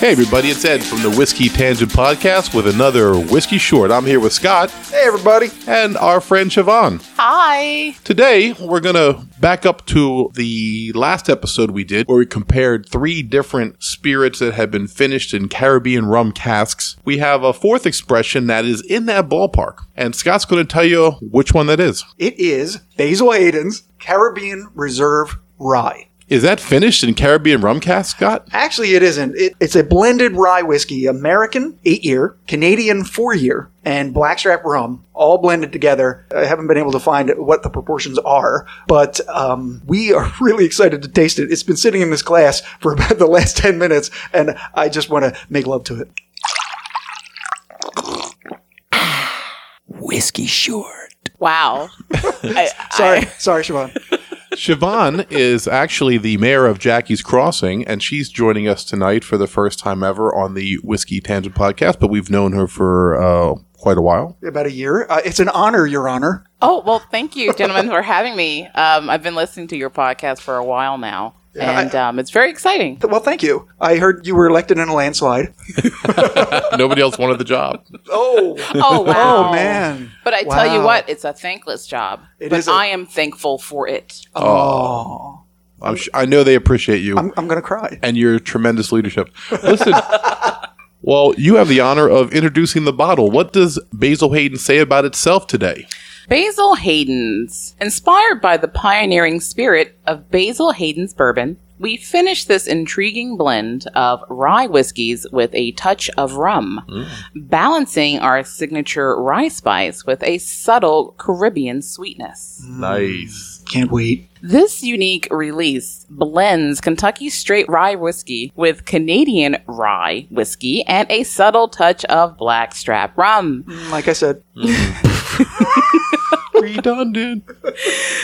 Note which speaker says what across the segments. Speaker 1: Hey, everybody, it's Ed from the Whiskey Tangent Podcast with another Whiskey Short. I'm here with Scott
Speaker 2: Hey, everybody.
Speaker 1: and our friend Siobhan.
Speaker 3: Hi.
Speaker 1: Today, we're going to back up to the last episode we did where we compared three different spirits that had been finished in Caribbean rum casks. We have a fourth expression that is in that ballpark, and Scott's going to tell you which one that is.
Speaker 2: It is Basil Hayden's Caribbean Reserve Rye.
Speaker 1: Is that finished in Caribbean rum cask, Scott?
Speaker 2: Actually, it isn't. It, it's a blended rye whiskey American, eight year, Canadian, four year, and blackstrap rum, all blended together. I haven't been able to find what the proportions are, but um, we are really excited to taste it. It's been sitting in this glass for about the last 10 minutes, and I just want to make love to it.
Speaker 4: Whiskey Short.
Speaker 3: Wow. I,
Speaker 2: Sorry,
Speaker 3: I-
Speaker 2: sorry, Siobhan.
Speaker 1: Siobhan is actually the mayor of Jackie's Crossing, and she's joining us tonight for the first time ever on the Whiskey Tangent podcast, but we've known her for uh, quite a while.
Speaker 2: About a year. Uh, it's an honor, Your Honor.
Speaker 3: oh, well, thank you, gentlemen, for having me. Um, I've been listening to your podcast for a while now, and um, it's very exciting.
Speaker 2: Well, thank you. I heard you were elected in a landslide.
Speaker 1: Nobody else wanted the job.
Speaker 2: Oh,
Speaker 3: Oh, wow.
Speaker 2: Oh, man.
Speaker 3: But I tell you
Speaker 2: Wow.
Speaker 3: what, it's a thankless job.
Speaker 2: It
Speaker 3: but
Speaker 2: is a-
Speaker 3: I am thankful for it.
Speaker 2: Oh,
Speaker 1: I'm sh- I know they appreciate you
Speaker 2: I'm, I'm gonna cry.
Speaker 1: and your tremendous leadership. Listen, well, you have the honor of introducing the bottle. What does Basil Hayden say about itself today?
Speaker 3: Basil Hayden's. Inspired by the pioneering spirit of Basil Hayden's bourbon, we finish this intriguing blend of rye whiskeys with a touch of rum, balancing our signature rye spice with a subtle Caribbean sweetness.
Speaker 1: Nice.
Speaker 2: Can't wait.
Speaker 3: This unique release blends Kentucky straight rye whiskey with Canadian rye whiskey and a subtle touch of blackstrap rum.
Speaker 2: Like I said,
Speaker 1: Redundant.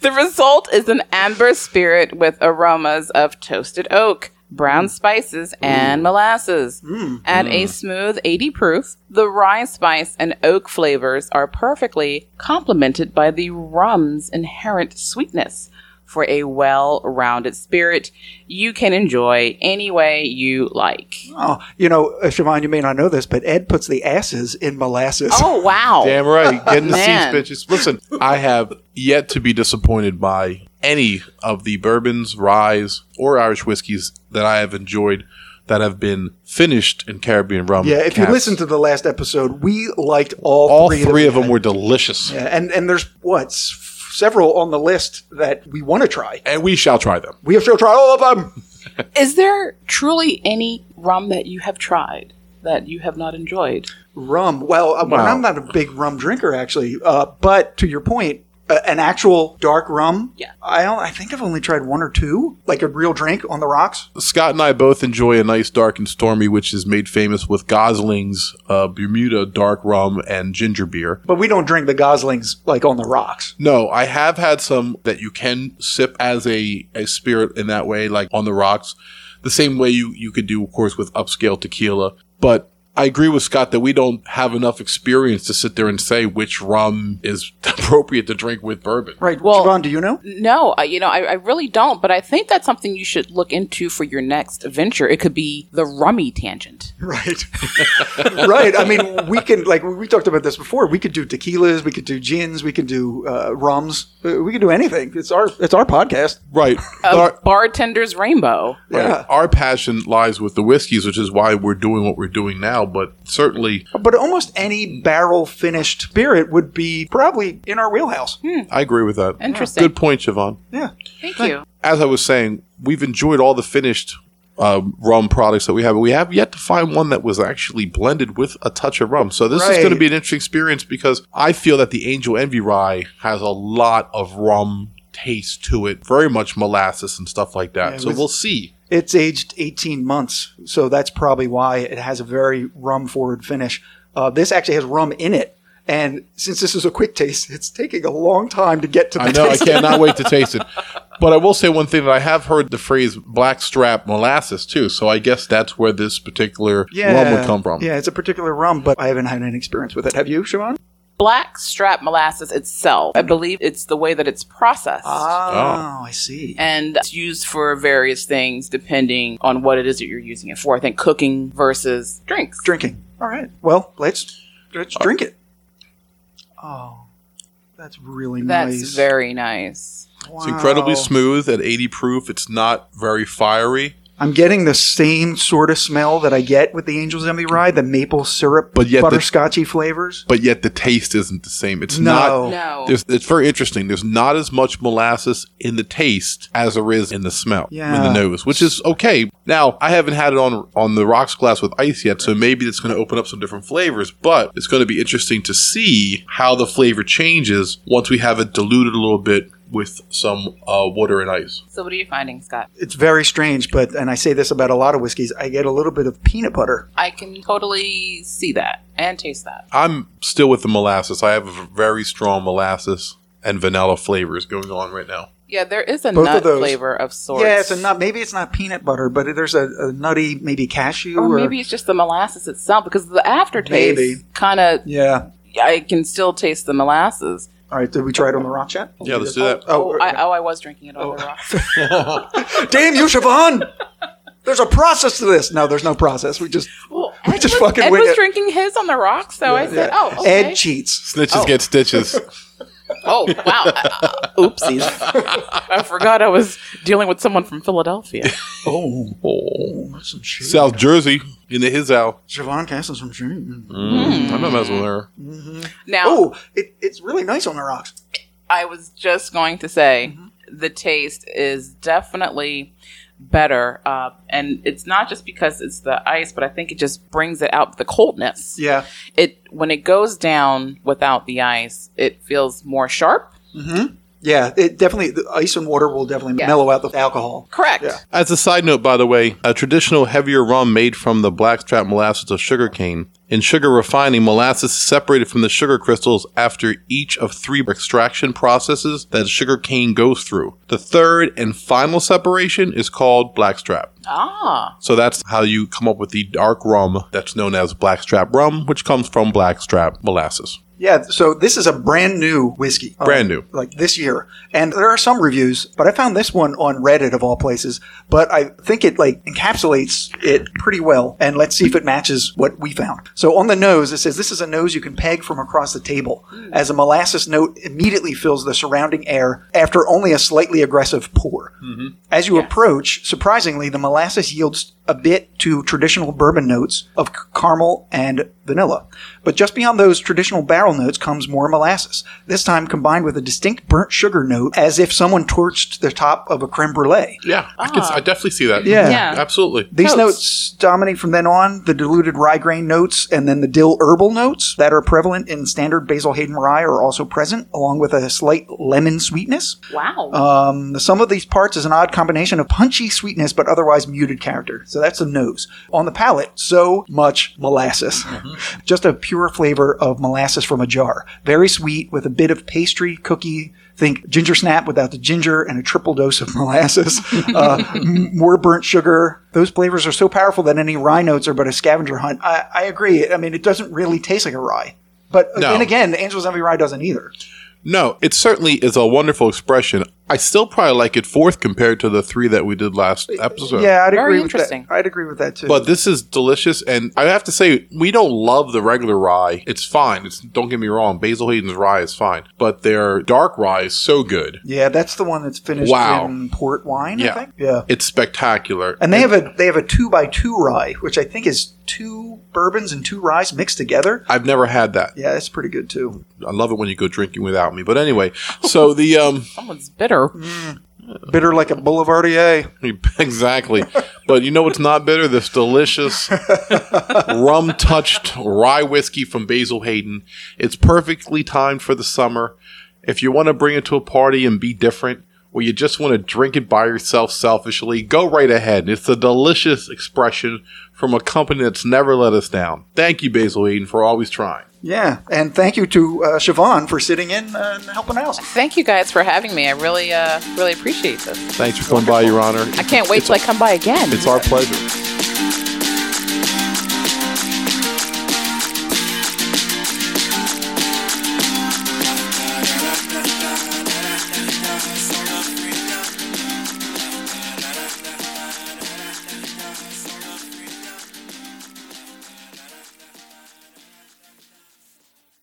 Speaker 3: The result is an amber spirit with aromas of toasted oak, brown spices, and molasses. At a smooth 80 proof, the rye spice and oak flavors are perfectly complemented by the rum's inherent sweetness. For a well rounded spirit you can enjoy any way you like.
Speaker 2: oh, you know, uh, Siobhan, you may not know this, but Ed puts the asses in molasses.
Speaker 3: Oh, wow.
Speaker 1: Damn right. Get in the
Speaker 3: Man.
Speaker 1: seats, bitches. Listen, I have yet to be disappointed by any of the bourbons, ryes, or Irish whiskeys that I have enjoyed that have been finished in Caribbean rum.
Speaker 2: yeah, if you
Speaker 1: casks.
Speaker 2: listen to the last episode, we liked all
Speaker 1: all
Speaker 2: three,
Speaker 1: three,
Speaker 2: that we
Speaker 1: of them
Speaker 2: had.
Speaker 1: were delicious.
Speaker 2: Yeah, and and there's what s- several on the list that we want to try.
Speaker 1: And we shall try them.
Speaker 2: We have to try all of them.
Speaker 3: Is there truly any rum that you have tried that you have not enjoyed?
Speaker 2: Rum. Well, uh,
Speaker 1: Wow.
Speaker 2: I'm not a big rum drinker actually, uh, but to your point. Uh, an actual dark rum.
Speaker 3: Yeah.
Speaker 2: I don't, I think I've only tried one or two, like a real drink on the rocks.
Speaker 1: Scott and I both enjoy a nice dark and stormy, which is made famous with Gosling's uh, Bermuda dark rum and ginger beer.
Speaker 2: But we don't drink the Goslings like on the rocks.
Speaker 1: No, I have had some that you can sip as a, a spirit in that way, like on the rocks, the same way you, you could do, of course, with upscale tequila. But I agree with Scott that we don't have enough experience to sit there and say which rum is appropriate to drink with bourbon.
Speaker 2: Right.
Speaker 3: Well-
Speaker 2: Siobhan, do you know?
Speaker 3: No, I, you know, I, I really don't, but I think that's something you should look into for your next venture. It could be the rummy tangent.
Speaker 2: Right. right. I mean, we can, like, we talked about this before. We could do tequilas, we could do gins, we could do uh, rums, Uh, we could do anything. It's our it's our podcast.
Speaker 1: Right.
Speaker 3: A
Speaker 1: Our-
Speaker 3: bartender's rainbow.
Speaker 1: Right.
Speaker 2: Yeah.
Speaker 1: Our passion lies with the whiskeys, which is why we're doing what we're doing now. But certainly,
Speaker 2: But almost any barrel finished spirit would be probably in our wheelhouse.
Speaker 1: I agree with that.
Speaker 3: Interesting.
Speaker 1: Good point, Siobhan.
Speaker 2: Yeah.
Speaker 3: Thank you.
Speaker 1: As I was saying, we've enjoyed all the finished um, rum products that we have, but we have yet to find one that was actually blended with a touch of rum. So this is
Speaker 2: Right.
Speaker 1: going to be an interesting experience because I feel that the Angel Envy Rye has a lot of rum taste to it, very much molasses and stuff like that.
Speaker 2: Yeah, it
Speaker 1: so
Speaker 2: was-
Speaker 1: we'll see.
Speaker 2: It's aged 18 months. So that's probably why it has a very rum forward finish. Uh, this actually has rum in it. And since this is a quick taste, it's taking a long time to get to the
Speaker 1: I know. I
Speaker 2: taste.
Speaker 1: cannot wait to taste it. But I will say one thing that I have heard the phrase blackstrap molasses too. So I guess that's where this particular rum would come from.
Speaker 2: Yeah, it's a particular rum, but I haven't had any experience with it. Have you, Siobhan?
Speaker 3: blackstrap molasses itself. I believe it's the way that it's processed.
Speaker 2: Oh, I see.
Speaker 3: And it's used for various things depending on what it is that you're using it for. I think cooking versus drinks.
Speaker 2: Drinking. All right. Well, let's let's
Speaker 1: Uh,
Speaker 2: drink it. Oh, that's really
Speaker 3: That's
Speaker 2: nice.
Speaker 3: very nice.
Speaker 1: It's incredibly
Speaker 2: Wow.
Speaker 1: smooth at 80 proof. It's not very fiery,
Speaker 2: I'm getting the same sort of smell that I get with the Angel's Envy rye, the maple syrup,
Speaker 1: But yet the-
Speaker 2: butterscotchy flavors.
Speaker 1: but yet the taste isn't the same. It's
Speaker 2: No.
Speaker 3: No.
Speaker 1: not. There's, it's very interesting. There's not as much molasses in the taste as there is in the smell, in
Speaker 2: Yeah.
Speaker 1: the nose, which is okay. Now, I haven't had it on on the rocks glass with ice yet, so maybe it's going to open up some different flavors. But it's going to be interesting to see how the flavor changes once we have it diluted a little bit with some uh, water and ice.
Speaker 3: so what are you finding, Scott?
Speaker 2: It's very strange, but and I say this about a lot of whiskeys, I get a little bit of peanut butter.
Speaker 3: I can totally see that and taste that.
Speaker 1: I'm still with the molasses. I have a very strong molasses and vanilla flavors going on right now.
Speaker 3: Yeah, there is a
Speaker 2: Both of
Speaker 3: nut
Speaker 2: those.
Speaker 3: flavor of sorts.
Speaker 2: Yeah, it's a nut. Maybe it's not peanut butter, but there's a, a nutty, maybe cashew,
Speaker 3: Or Oh, maybe it's just the molasses itself because the
Speaker 2: Maybe.
Speaker 3: aftertaste kind of,
Speaker 2: yeah.
Speaker 3: I can still taste the molasses.
Speaker 2: All right, did we try it on the rock chat?
Speaker 1: Yeah, let's do that.
Speaker 2: Oh,
Speaker 3: Oh, I, oh, I was drinking it on the rocks.
Speaker 2: damn you, Siobhan! There's a process to this. No, there's no process. We just
Speaker 3: Well,
Speaker 2: We
Speaker 3: Ed
Speaker 2: just
Speaker 3: was,
Speaker 2: fucking
Speaker 3: Ed
Speaker 2: wing
Speaker 3: was
Speaker 2: it.
Speaker 3: drinking his on the rocks, so I said, "Oh, okay.
Speaker 2: Ed cheats.
Speaker 1: Snitches get stitches.
Speaker 3: oh, wow, Uh, uh, oopsies! I forgot I was dealing with someone from Philadelphia.
Speaker 2: Oh,
Speaker 1: Oh.
Speaker 2: that's some shit.
Speaker 1: South Jersey into his out.
Speaker 2: Siobhan Castle's from June.
Speaker 1: Mm. I'm not messing with her.
Speaker 3: Now,
Speaker 2: Oh, it, it's really nice on the rocks.
Speaker 3: I was just going to say the taste is definitely better, uh, and it's not just because it's the ice, but I think it just brings it out the coldness.
Speaker 2: Yeah.
Speaker 3: It when it goes down without the ice, it feels more sharp.
Speaker 2: Yeah, it definitely, the ice and water will definitely
Speaker 3: Yeah.
Speaker 2: mellow out the alcohol.
Speaker 3: Correct.
Speaker 2: Yeah.
Speaker 1: As a side note, by the way, a traditional heavier rum made from the blackstrap molasses of sugarcane. In sugar refining, molasses is separated from the sugar crystals after each of three extraction processes that sugarcane goes through. The third and final separation is called blackstrap.
Speaker 3: Ah,
Speaker 1: So that's how you come up with the dark rum that's known as blackstrap rum, which comes from blackstrap molasses.
Speaker 2: Yeah, so this is a brand new whiskey. Uh,
Speaker 1: Brand new.
Speaker 2: Like this year. And there are some reviews, but I found this one on Reddit of all places. But I think it like encapsulates it pretty well. And let's see if it matches what we found. So on the nose, it says this is a nose you can peg from across the table, as a molasses note immediately fills the surrounding air after only a slightly aggressive pour.
Speaker 1: Mm-hmm.
Speaker 2: As you approach, surprisingly, the molasses yields a bit to traditional bourbon notes of c- caramel and vanilla. But just beyond those traditional barrel notes comes more molasses, this time combined with a distinct burnt sugar note, as if someone torched the top of a creme brulee.
Speaker 1: Yeah, I, can, I definitely see that.
Speaker 2: Yeah.
Speaker 3: Yeah.
Speaker 1: Ah. absolutely.
Speaker 2: These
Speaker 3: Toast.
Speaker 2: notes dominate from then on the diluted rye grain notes and then the dill herbal notes that are prevalent in standard Basil Hayden rye are also present, along with a slight lemon sweetness.
Speaker 3: wow.
Speaker 2: Um, the sum of these parts is an odd combination of punchy sweetness but otherwise muted character. So that's the nose. On the palate, so much molasses.
Speaker 1: Mm-hmm.
Speaker 2: Just a pure flavor of molasses from a jar. Very sweet with a bit of pastry, cookie. Think ginger snap without the ginger and a triple dose of molasses. Uh, m- more burnt sugar. Those flavors are so powerful that any rye notes are but a scavenger hunt. I, I agree. I mean, it doesn't really taste like a rye. But
Speaker 1: No.
Speaker 2: then again, the Angel's Envy rye doesn't either.
Speaker 1: No, it certainly is a wonderful expression. I still probably like it fourth compared to the three that we did last episode.
Speaker 2: Yeah, I'd
Speaker 3: Very
Speaker 2: agree
Speaker 3: interesting.
Speaker 2: with that. I'd agree with that too.
Speaker 1: But this is delicious, and I have to say, we don't love the regular rye. It's fine. It's don't get me wrong. Basil Hayden's rye is fine, but their dark rye is so good.
Speaker 2: Yeah, that's the one that's finished
Speaker 1: Wow.
Speaker 2: in port wine.
Speaker 1: Yeah.
Speaker 2: I think. Yeah,
Speaker 1: It's spectacular.
Speaker 2: and they have a they have a two by two rye, which I think is two bourbons and two ryes mixed together.
Speaker 1: I've never had that.
Speaker 2: Yeah, that's pretty good too.
Speaker 1: I love it when you go drinking without me. But anyway, so the um,
Speaker 3: Someone's bitter.
Speaker 2: Bitter like a Boulevardier.
Speaker 1: Exactly. but you know what's not bitter? This delicious rum touched rye whiskey from Basil Hayden. It's perfectly timed for the summer. If you want to bring it to a party and be different, or you just want to drink it by yourself selfishly, go right ahead. It's a delicious expression from a company that's never let us down. Thank you, Basil Hayden, for always trying.
Speaker 2: Yeah, and thank you to uh, Siobhan for sitting in uh, and helping out.
Speaker 3: Thank you guys for having me. I really, uh, really appreciate this.
Speaker 1: Thanks for coming by, Your Honor.
Speaker 3: I can't wait till I come by again.
Speaker 1: It's our pleasure.